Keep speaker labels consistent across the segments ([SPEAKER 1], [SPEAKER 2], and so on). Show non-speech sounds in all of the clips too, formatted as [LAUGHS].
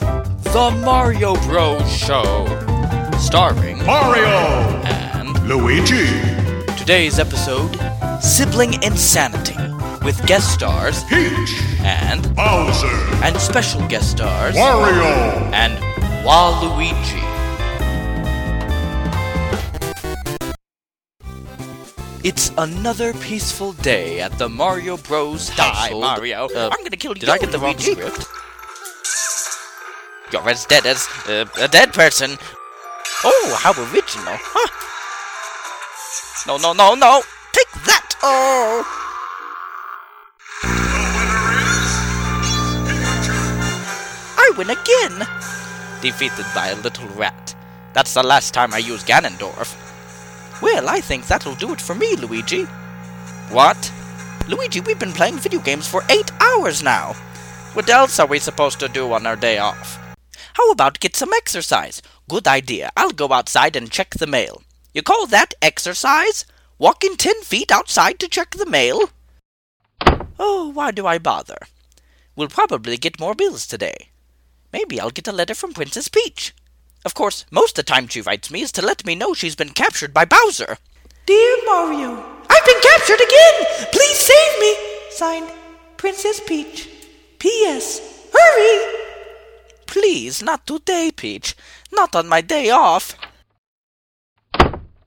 [SPEAKER 1] The Mario Bros. Show, starring
[SPEAKER 2] Mario,
[SPEAKER 1] and
[SPEAKER 2] Luigi,
[SPEAKER 1] today's episode Sibling Insanity, with guest stars
[SPEAKER 2] Peach,
[SPEAKER 1] and
[SPEAKER 2] Bowser,
[SPEAKER 1] and special guest stars
[SPEAKER 2] Wario,
[SPEAKER 1] and Waluigi. It's another peaceful day at the Mario Bros. household.
[SPEAKER 3] Mario.
[SPEAKER 1] Uh,
[SPEAKER 3] I'm gonna kill
[SPEAKER 1] did
[SPEAKER 3] you,
[SPEAKER 1] I get the wrong
[SPEAKER 3] Luigi.
[SPEAKER 1] script? You're as dead as uh, a dead person. Oh, how original, huh? No, no, no, no! Take that! Oh! I win again! Defeated by a little rat. That's the last time I use Ganondorf. Well, I think that'll do it for me, Luigi. What? Luigi, we've been playing video games for eight hours now. What else are we supposed to do on our day off? How about get some exercise? Good idea. I'll go outside and check the mail. You call that exercise? Walking ten feet outside to check the mail? Oh, why do I bother? We'll probably get more bills today. Maybe I'll get a letter from Princess Peach. Of course, most of the time she writes me is to let me know she's been captured by Bowser.
[SPEAKER 4] Dear Mario,
[SPEAKER 1] I've been captured again! Please save me!
[SPEAKER 4] signed Princess Peach. P.S. Hurry!
[SPEAKER 1] Please, not today, Peach. Not on my day off.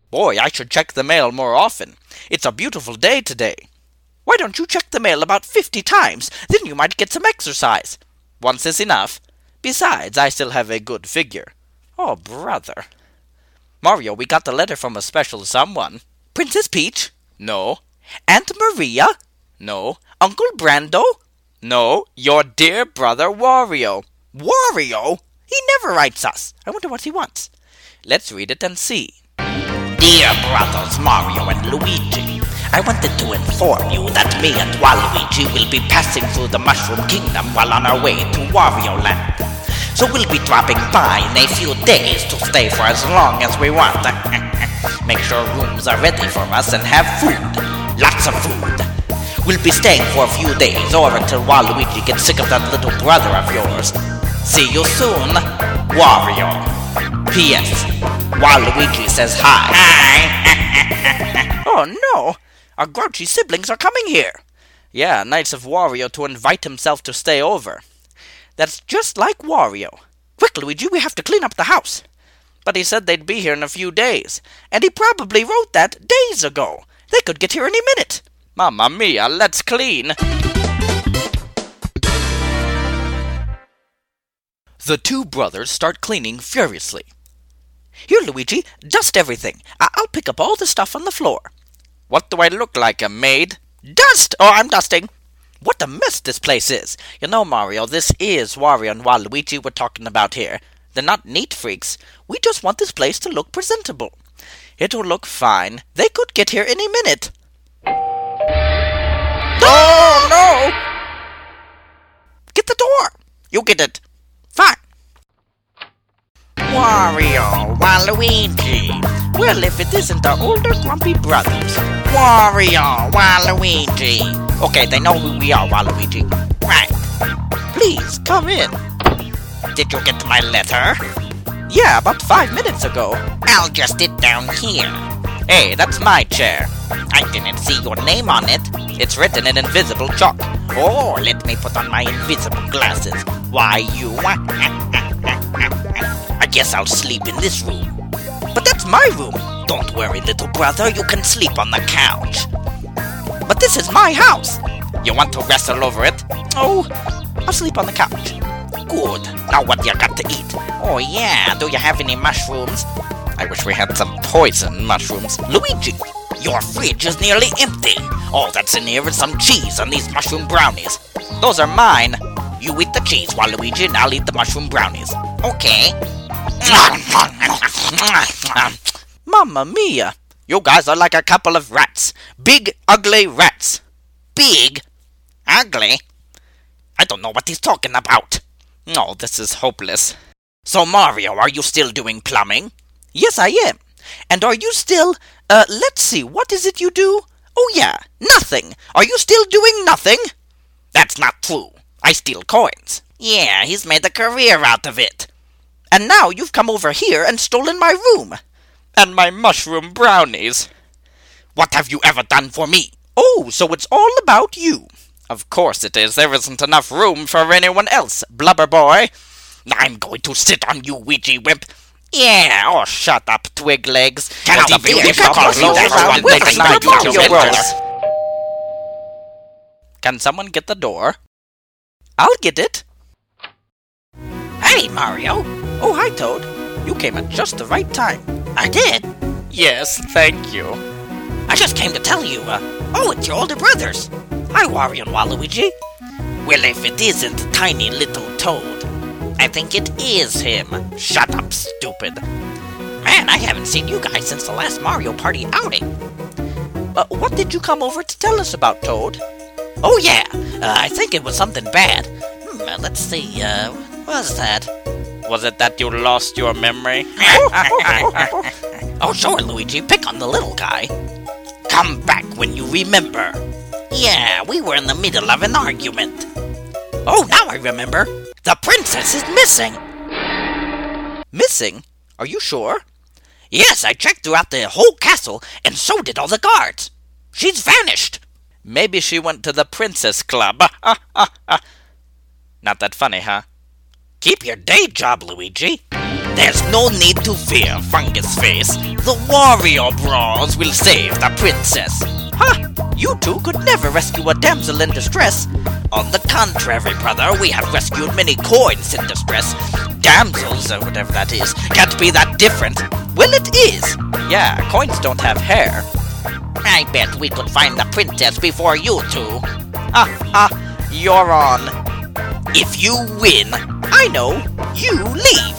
[SPEAKER 1] Boy, I should check the mail more often. It's a beautiful day today. Why don't you check the mail about fifty times? Then you might get some exercise. Once is enough. Besides, I still have a good figure. Oh, brother. Mario, we got the letter from a special someone. Princess Peach? No. Aunt Maria? No. Uncle Brando? No. Your dear brother Wario. Wario? He never writes us. I wonder what he wants. Let's read it and see. Dear brothers Mario and Luigi, I wanted to inform you that me and Waluigi will be passing through the Mushroom Kingdom while on our way to Wario Land. So we'll be dropping by in a few days to stay for as long as we want. [LAUGHS] Make sure rooms are ready for us and have food. Lots of food. We'll be staying for a few days or until Waluigi gets sick of that little brother of yours. See you soon, Wario. P.S. Waluigi says hi. [LAUGHS] oh no! Our grouchy siblings are coming here! Yeah, Knights of Wario to invite himself to stay over. That's just like Wario. Quick, Luigi, we have to clean up the house. But he said they'd be here in a few days, and he probably wrote that days ago. They could get here any minute. Mamma mia, let's clean. The two brothers start cleaning furiously. Here, Luigi, dust everything. I- I'll pick up all the stuff on the floor. What do I look like, a maid? Dust! Oh, I'm dusting. What a mess this place is. You know, Mario, this is Wario and Waluigi we're talking about here. They're not neat freaks. We just want this place to look presentable. It'll look fine. They could get here any minute. Oh, no! Get the door! You get it. Fine. Wario, Waluigi. Well, if it isn't the older grumpy brothers. Wario, Waluigi. Okay, they know who we are, Waluigi. Right. Please, come in. Did you get my letter? Yeah, about five minutes ago. I'll just sit down here. Hey, that's my chair. I didn't see your name on it. It's written in invisible chalk. Oh, let me put on my invisible glasses. Why, you. I guess I'll sleep in this room. But that's my room. Don't worry, little brother, you can sleep on the couch. But this is my house. You want to wrestle over it? Oh, I'll sleep on the couch. Good. Now what you got to eat? Oh yeah, do you have any mushrooms? I wish we had some poison mushrooms. Luigi, your fridge is nearly empty. All that's in here is some cheese and these mushroom brownies. Those are mine. You eat the cheese while Luigi and I'll eat the mushroom brownies. Okay. Mamma mia! You guys are like a couple of rats. Big, ugly rats. Big? Ugly? I don't know what he's talking about. No, this is hopeless. So, Mario, are you still doing plumbing? Yes, I am. And are you still. Uh, let's see, what is it you do? Oh, yeah, nothing. Are you still doing nothing? That's not true. I steal coins. Yeah, he's made a career out of it.
[SPEAKER 3] And now you've come over here and stolen my room. And my mushroom brownies. What have you ever done for me? Oh, so it's all about you. Of course it is. There isn't enough room for anyone else, blubber boy. I'm going to sit on you, Ouija wimp. Yeah, oh, shut up, twig legs.
[SPEAKER 1] Cannot
[SPEAKER 3] What
[SPEAKER 1] be
[SPEAKER 3] if you
[SPEAKER 1] difficult
[SPEAKER 3] come
[SPEAKER 1] to
[SPEAKER 3] alone
[SPEAKER 1] live
[SPEAKER 3] around
[SPEAKER 1] with
[SPEAKER 3] with
[SPEAKER 1] this
[SPEAKER 3] nine
[SPEAKER 1] blubber
[SPEAKER 3] little
[SPEAKER 1] boy.
[SPEAKER 3] words? Can someone get the door? I'll get it. Hey, Mario! Oh, hi, Toad. You came at just the right time.
[SPEAKER 1] I did.
[SPEAKER 3] Yes, thank you.
[SPEAKER 1] I just came to tell you. Uh, oh, it's your older brothers. Hi, Wario and Waluigi. Well, if it isn't Tiny Little Toad, I think it is him. Shut up, stupid. Man, I haven't seen you guys since the last Mario Party outing.
[SPEAKER 3] Uh, what did you come over to tell us about, Toad?
[SPEAKER 1] Oh, yeah, uh, I think it was something bad. Hmm, uh, let's see, uh, what was that?
[SPEAKER 3] Was it that you lost your memory?
[SPEAKER 1] [LAUGHS] Oh, sure, Luigi, pick on the little guy. Come back when you remember. Yeah, we were in the middle of an argument. Oh, now I remember. The princess is missing.
[SPEAKER 3] Missing? Are you sure?
[SPEAKER 1] Yes, I checked throughout the whole castle, and so did all the guards. She's vanished.
[SPEAKER 3] Maybe she went to the
[SPEAKER 1] [LAUGHS]
[SPEAKER 3] Princess Club. Not that funny, huh?
[SPEAKER 1] Keep your day job, Luigi. There's no need to fear, Fungus Face. The Wario Bros will save the princess.
[SPEAKER 3] Ha! You two could never rescue a damsel in distress.
[SPEAKER 1] On the contrary, brother, we have rescued many coins in distress. Damsels, or whatever that is, can't be that different. Well, it is.
[SPEAKER 3] Yeah, coins don't have hair.
[SPEAKER 1] I bet we could find the princess before you two.
[SPEAKER 3] Ah, ah, you're on.
[SPEAKER 1] If you win,
[SPEAKER 3] I know.
[SPEAKER 1] you leave.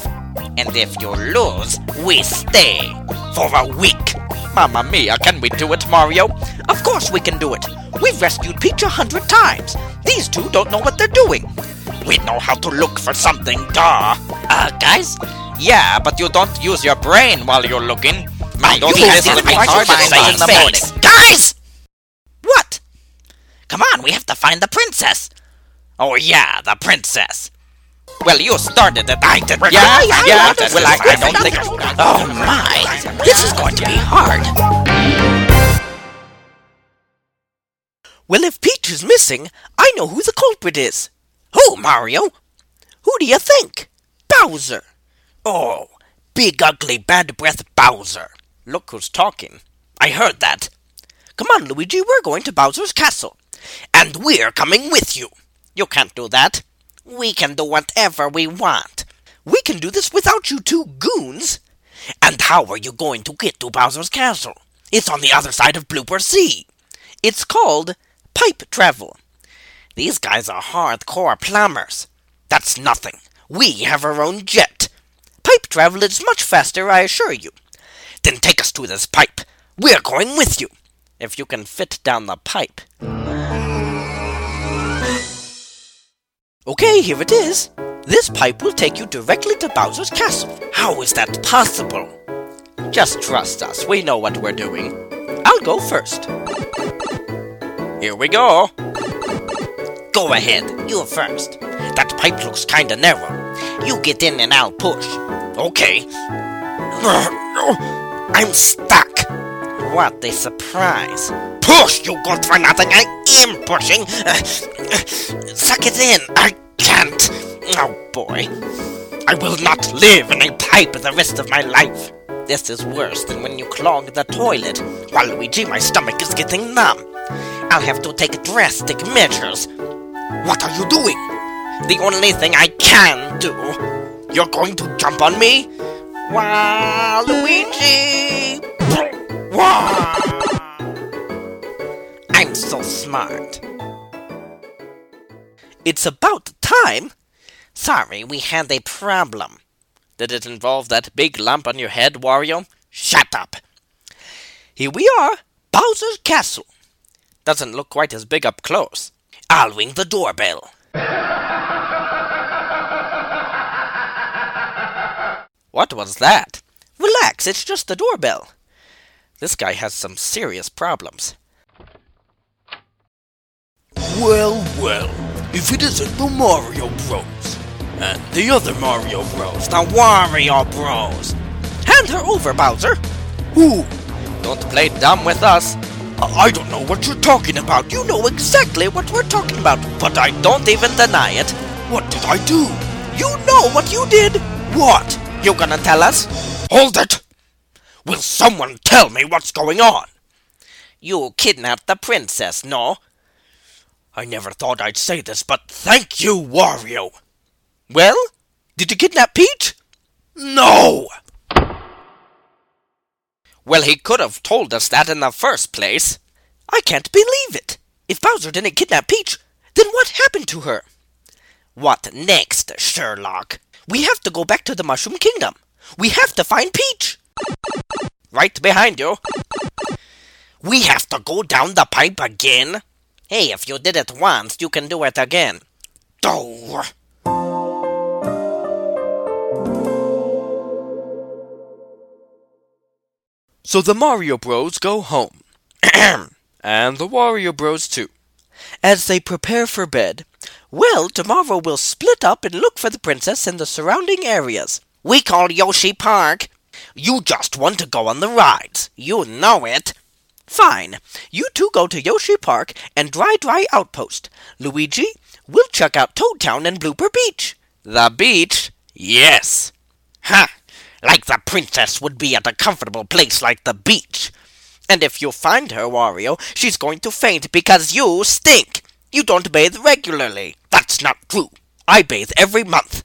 [SPEAKER 1] And if you lose, we stay. For a week.
[SPEAKER 3] Mamma mia, can we do it, Mario? Of course we can do it. We've rescued Peach a hundred times. These two don't know what they're doing.
[SPEAKER 1] We know how to look for something, duh. Uh, guys?
[SPEAKER 3] Yeah, but you don't use your brain while you're looking.
[SPEAKER 1] My
[SPEAKER 3] Don't
[SPEAKER 1] you
[SPEAKER 3] guys
[SPEAKER 1] is
[SPEAKER 3] look
[SPEAKER 1] my hard
[SPEAKER 3] hard to find
[SPEAKER 1] saying
[SPEAKER 3] in the
[SPEAKER 1] face.
[SPEAKER 3] morning?
[SPEAKER 1] Guys!
[SPEAKER 3] What?
[SPEAKER 1] Come on, we have to find the princess. Oh yeah, the princess. Well, you started it. I did.
[SPEAKER 3] Yeah, yeah, yeah.
[SPEAKER 1] that's
[SPEAKER 3] Well, I- I don't
[SPEAKER 1] fine.
[SPEAKER 3] think-
[SPEAKER 1] Oh my, this is going to be hard.
[SPEAKER 5] Well, if Peach is missing, I know who the culprit is.
[SPEAKER 1] Who, Mario?
[SPEAKER 5] Who do you think? Bowser.
[SPEAKER 1] Oh, big ugly bad breath Bowser.
[SPEAKER 5] Look who's talking.
[SPEAKER 1] I heard that,
[SPEAKER 5] Come on, Luigi, we're going to Bowser's castle.
[SPEAKER 1] and we're coming with you.
[SPEAKER 5] You can't do that.
[SPEAKER 1] We can do whatever we want.
[SPEAKER 5] We can do this without you two goons.
[SPEAKER 1] And how are you going to get to Bowser's castle? It's on the other side of Blooper Sea.
[SPEAKER 5] It's called pipe travel.
[SPEAKER 1] These guys are hardcore plumbers. That's nothing. We have our own jet.
[SPEAKER 5] Pipe travel is much faster, I assure you.
[SPEAKER 1] Then take us to this pipe. We're going with you.
[SPEAKER 5] If you can fit down the pipe. Okay, here it is. This pipe will take you directly to Bowser's castle.
[SPEAKER 1] How is that possible?
[SPEAKER 5] Just trust us, we know what we're doing. I'll go first.
[SPEAKER 1] Here we go. Go ahead. You first. That pipe looks kinda narrow. You get in and I'll push. Okay. [SIGHS] I'm stuck. What a surprise. Push, you good for nothing. I am pushing. [SIGHS] Suck it in. I can't. Oh boy. I will not live in a pipe the rest of my life. This is worse than when you clog the toilet. Waluigi, my stomach is getting numb. I'll have to take drastic measures. What are you doing? The only thing I can do. You're going to jump on me? Waluigi! Wah! I'm so smart.
[SPEAKER 5] It's about time.
[SPEAKER 1] Sorry, we had a problem.
[SPEAKER 5] Did it involve that big lump on your head, Wario?
[SPEAKER 1] Shut up.
[SPEAKER 5] Here we are, Bowser's castle. Doesn't look quite as big up close.
[SPEAKER 1] I'll ring the doorbell.
[SPEAKER 5] What was that? Relax, it's just the doorbell. This guy has some serious problems.
[SPEAKER 1] Well, well, if it isn't the Mario Bros.
[SPEAKER 6] Uh, the other Mario Bros. The Wario Bros.
[SPEAKER 1] Hand her over, Bowser!
[SPEAKER 6] Who?
[SPEAKER 1] Don't play dumb with us.
[SPEAKER 6] I I don't know what you're talking about. You
[SPEAKER 1] You know exactly what we're talking about, but I don't even deny it.
[SPEAKER 6] what did I do?
[SPEAKER 1] You know what you did!
[SPEAKER 6] What?
[SPEAKER 1] You gonna tell us?
[SPEAKER 6] Hold it! Will someone tell me what's going on?
[SPEAKER 1] You kidnapped the princess, no?
[SPEAKER 6] I never thought I'd say this, but thank you, Wario.
[SPEAKER 1] Well, did you kidnap Peach?
[SPEAKER 6] No!
[SPEAKER 1] Well, he could have told us that in the first place. I can't believe it. If Bowser didn't kidnap Peach, then what happened to her? What next, Sherlock? We have to go back to the Mushroom Kingdom. We have to find Peach. Right behind you.
[SPEAKER 6] We have to go down the pipe again?
[SPEAKER 1] Hey, if you did it once, you can do it again.
[SPEAKER 6] Oh.
[SPEAKER 1] So the Mario Bros go home. [CLEARS THROAT] and the Wario Bros too. As they prepare for bed, well, tomorrow we'll split up and look for the princess in the surrounding areas.
[SPEAKER 6] We call Yoshi Park. You just want to go on the rides. You know it.
[SPEAKER 1] Fine. You two go to Yoshi Park and Dry Dry Outpost. Luigi, we'll check out Toad Town and Blooper Beach. The beach? Yes.
[SPEAKER 6] Huh. Like the princess would be at a comfortable place like the beach.
[SPEAKER 1] And if you find her, Wario, she's going to faint because you stink. You don't bathe regularly.
[SPEAKER 6] That's not true. I bathe every month.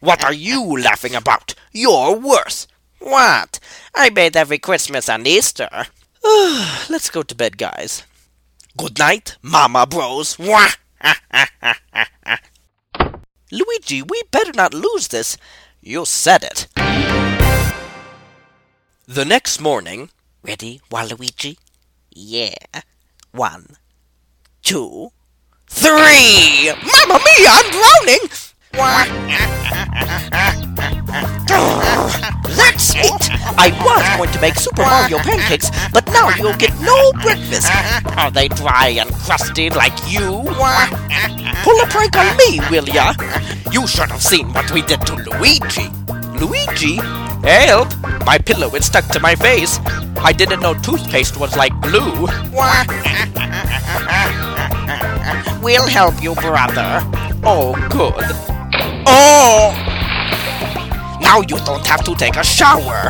[SPEAKER 6] what are you laughing about? You're worse.
[SPEAKER 1] What? I bathe every Christmas
[SPEAKER 6] [SIGHS]
[SPEAKER 1] and Easter. Let's go to bed, guys.
[SPEAKER 6] Good night, Mama Bros. Wah.
[SPEAKER 1] Luigi, we better not lose this. You said it. The next morning. Ready, Waluigi? Yeah. One, two, three! Mamma mia, I'm drowning! [LAUGHS] That's it! I was going to make Super Mario pancakes, but now you'll get no breakfast.
[SPEAKER 6] Are they dry and crusty like you? Wah.
[SPEAKER 1] Pull a prank on me, will ya?
[SPEAKER 6] You should have seen what we did to Luigi.
[SPEAKER 1] Luigi? Help! My pillow is stuck to my face. I didn't know toothpaste was like glue. [LAUGHS]
[SPEAKER 6] We'll help you, brother.
[SPEAKER 1] Oh, good.
[SPEAKER 6] Oh! Now you don't have to take a shower.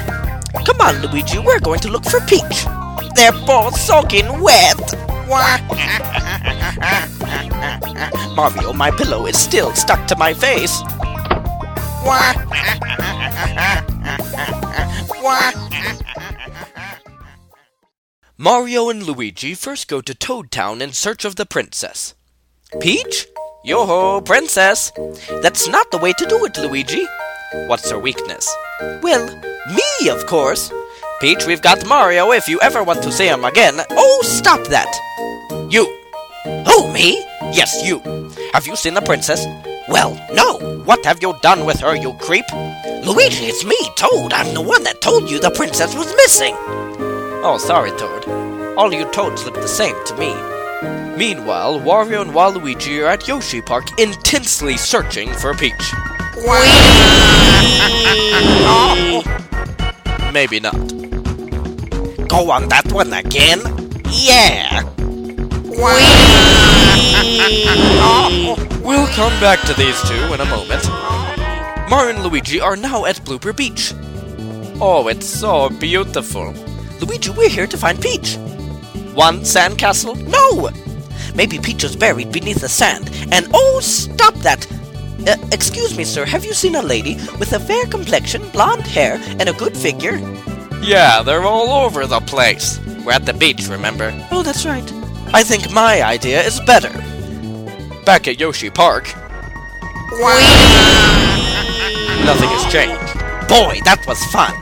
[SPEAKER 1] Come on, Luigi, we're going to look for Peach.
[SPEAKER 6] They're both soaking wet. Wah.
[SPEAKER 1] Mario, my pillow is still stuck to my face.
[SPEAKER 6] Wah. Wah.
[SPEAKER 1] Mario and Luigi first go to Toad Town in search of the princess. Peach? Yo ho, princess! That's not the way to do it, Luigi. What's her weakness? Well, me, of course. Peach, we've got Mario if you ever want to see him again. Oh, stop that! You! Who, me? Yes, you. Have you seen the princess? Well, no. What have you done with her, you creep? Luigi, it's me, Toad. I'm the one that told you the princess was missing. Oh, sorry, Toad. All you toads look the same to me. Meanwhile, Wario and Waluigi are at Yoshi Park intensely searching for Peach. [LAUGHS] Oh. Maybe not.
[SPEAKER 6] Go on that one again? Yeah.
[SPEAKER 1] We'll come back to these two in a moment. Mario and Luigi are now at Blooper Beach. Oh, it's so beautiful. Luigi, we're here to find Peach. One sandcastle? No! Maybe Peach is buried beneath the sand, and oh, stop that! Uh, excuse me, sir, have you seen a lady with a fair complexion, blonde hair, and a good figure? Yeah, they're all over the place. We're at the beach, remember? Oh, that's right. I think my idea is better back at Yoshi Park. Nothing has changed.
[SPEAKER 6] Boy, that was fun.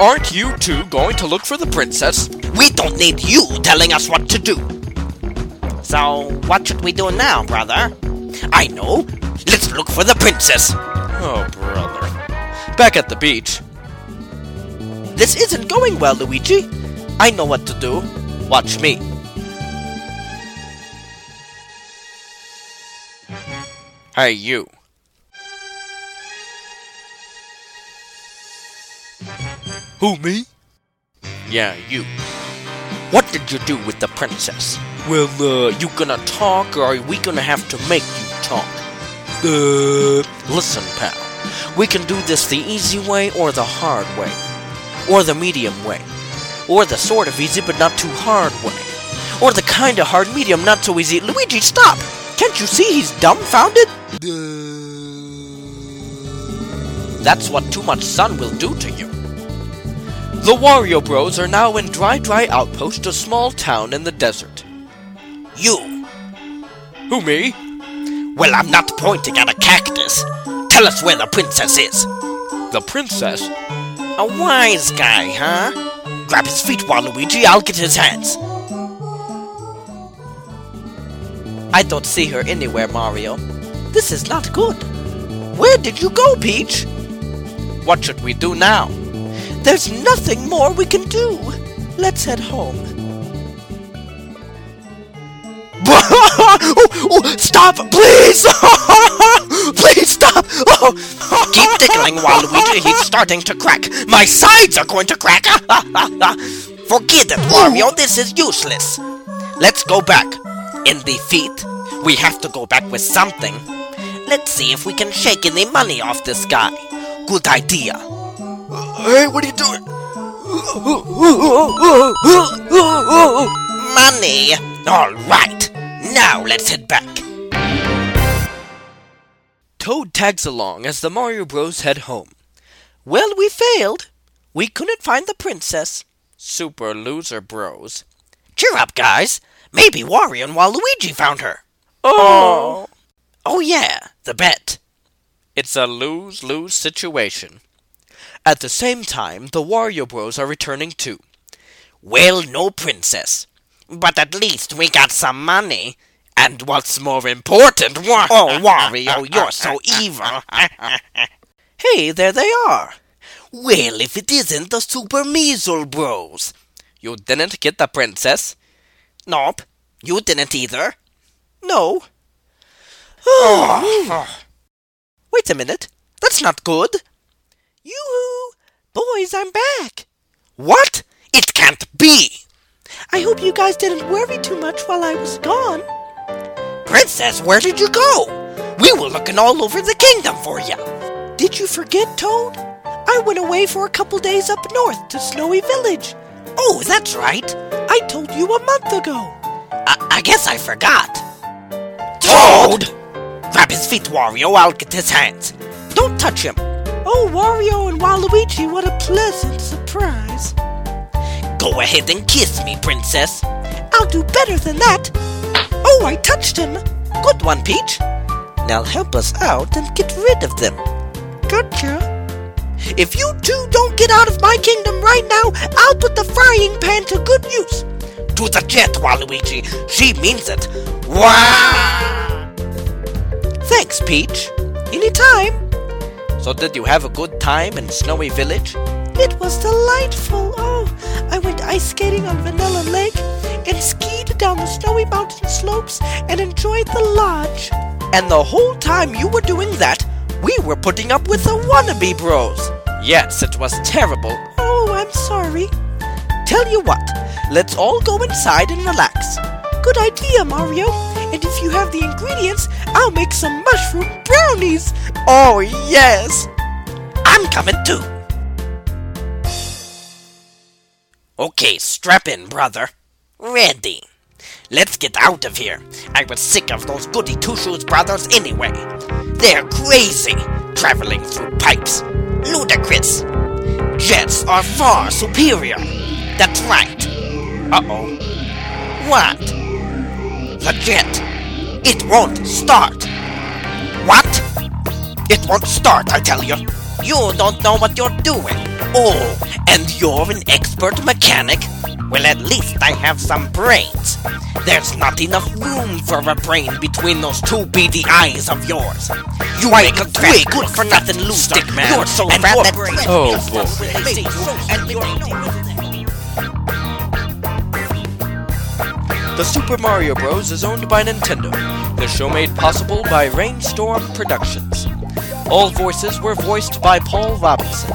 [SPEAKER 1] Aren't you two going to look for the princess?
[SPEAKER 6] We don't need you telling us what to do.
[SPEAKER 1] So, what should we do now, brother?
[SPEAKER 6] I know. Let's look for the princess.
[SPEAKER 1] Oh, brother. Back at the beach. This isn't going well, Luigi. I know what to do. Watch me. Hey, you.
[SPEAKER 4] Who, me? Yeah, you. What did you do with the princess? Well, uh, you gonna talk or are we gonna have to make you talk? Uh, listen, pal. We can do this the easy way or the hard way. Or the medium way. Or the sort of easy but not too hard way. Or the kinda hard medium not so easy. Luigi, stop! Can't you see he's dumbfounded? That's what too much sun will do to you. The Wario Bros are now in Dry Dry Outpost, a small town in the desert.
[SPEAKER 1] You.
[SPEAKER 4] Who, me?
[SPEAKER 1] Well, I'm not pointing at a cactus. Tell us where the princess is.
[SPEAKER 4] The princess?
[SPEAKER 1] A wise guy, huh? Grab his feet, Waluigi. I'll get his hands.
[SPEAKER 3] I don't see her anywhere, Mario. This is not good. Where did you go, Peach? What should we do now? There's nothing more we can do. Let's head home. [LAUGHS]
[SPEAKER 4] oh, oh, stop,
[SPEAKER 3] [LAUGHS]
[SPEAKER 4] please! please stop! Oh.
[SPEAKER 1] Keep tickling Waluigi. He's starting to crack. My sides are going to crack. [LAUGHS] Forget it, Wario. This is useless. Let's go back. In defeat, we have to go back with something. Let's see if we can shake any money off this guy. Good idea.
[SPEAKER 4] hey, what are you doing?
[SPEAKER 1] Money. All right. Now let's head back.
[SPEAKER 4] Toad tags along as the Mario Bros head home. Well, we failed. We couldn't find the princess. Super loser bros.
[SPEAKER 1] Cheer up, guys. Maybe Wario and Waluigi found her.
[SPEAKER 4] Oh.
[SPEAKER 1] Oh yeah, the bet.
[SPEAKER 4] It's a lose lose situation. At the same time, the Wario Bros are returning too.
[SPEAKER 1] Well, no princess. But at least we got some money. And what's more important, [LAUGHS] wa- oh Wario, you're so [LAUGHS] evil.
[SPEAKER 3] Hey, there they are.
[SPEAKER 1] well, if it isn't the Super Measle Bros.
[SPEAKER 4] You didn't get the princess?
[SPEAKER 1] Nope, you didn't either.
[SPEAKER 3] No.
[SPEAKER 1] Oh. [SIGHS]
[SPEAKER 3] Wait a minute. That's not good. Yoo-hoo! Boys, I'm back.
[SPEAKER 1] What? It can't be.
[SPEAKER 3] I hope you guys didn't worry too much while I was gone.
[SPEAKER 1] Princess, where did you go? We were looking all over the kingdom for you.
[SPEAKER 3] Did you forget, Toad? I went away for a couple days up north to Snowy Village.
[SPEAKER 1] Oh, that's right.
[SPEAKER 3] I told you a month ago.
[SPEAKER 1] I, I guess I forgot. Toad! Grab his feet, Wario. I'll get his hands. Don't touch him.
[SPEAKER 3] Oh, Wario and Waluigi, what a pleasant surprise.
[SPEAKER 1] Go ahead and kiss me, princess.
[SPEAKER 3] I'll do better than that. Oh, I touched him. Good one, Peach. Now help us out and get rid of them. Gotcha. If you two don't get out of my kingdom right now, I'll put the frying pan to good use.
[SPEAKER 1] To the jet, Waluigi. She means it. Wow!
[SPEAKER 3] Thanks, Peach. Anytime.
[SPEAKER 4] So did you have a good time in Snowy Village?
[SPEAKER 3] It was delightful. Oh, I went ice skating on Vanilla Lake and skied down the snowy mountain slopes and enjoyed the lodge.
[SPEAKER 4] And the whole time you were doing that, we were putting up with the wannabe bros. Yes, it was terrible.
[SPEAKER 3] Oh, I'm sorry. Tell you what, let's all go inside and relax. Good idea, Mario. And if you have the ingredients, I'll make some mushroom brownies. Oh, yes.
[SPEAKER 1] I'm coming too. Okay, strap in, brother. Ready. Let's get out of here. I was sick of those goody two shoes brothers anyway. They're crazy, traveling through pipes. Ludicrous. Jets are far superior. That's right. Uh oh. What? The jet. It won't start. What? It won't start, I tell you. You don't know what you're doing. Oh, and you're an expert mechanic? Well, at least I have some brains. There's not enough room for a brain between those two beady eyes of yours. You are a great good for nothing loser.
[SPEAKER 3] stickman.
[SPEAKER 1] You're so
[SPEAKER 3] And
[SPEAKER 1] fat
[SPEAKER 3] your
[SPEAKER 1] that
[SPEAKER 3] brain
[SPEAKER 4] Oh,
[SPEAKER 1] You're so
[SPEAKER 4] boy.
[SPEAKER 1] crazy. And you're-
[SPEAKER 4] The Super Mario Bros. is owned by Nintendo. The show made possible by Rainstorm Productions. All voices were voiced by Paul Robinson.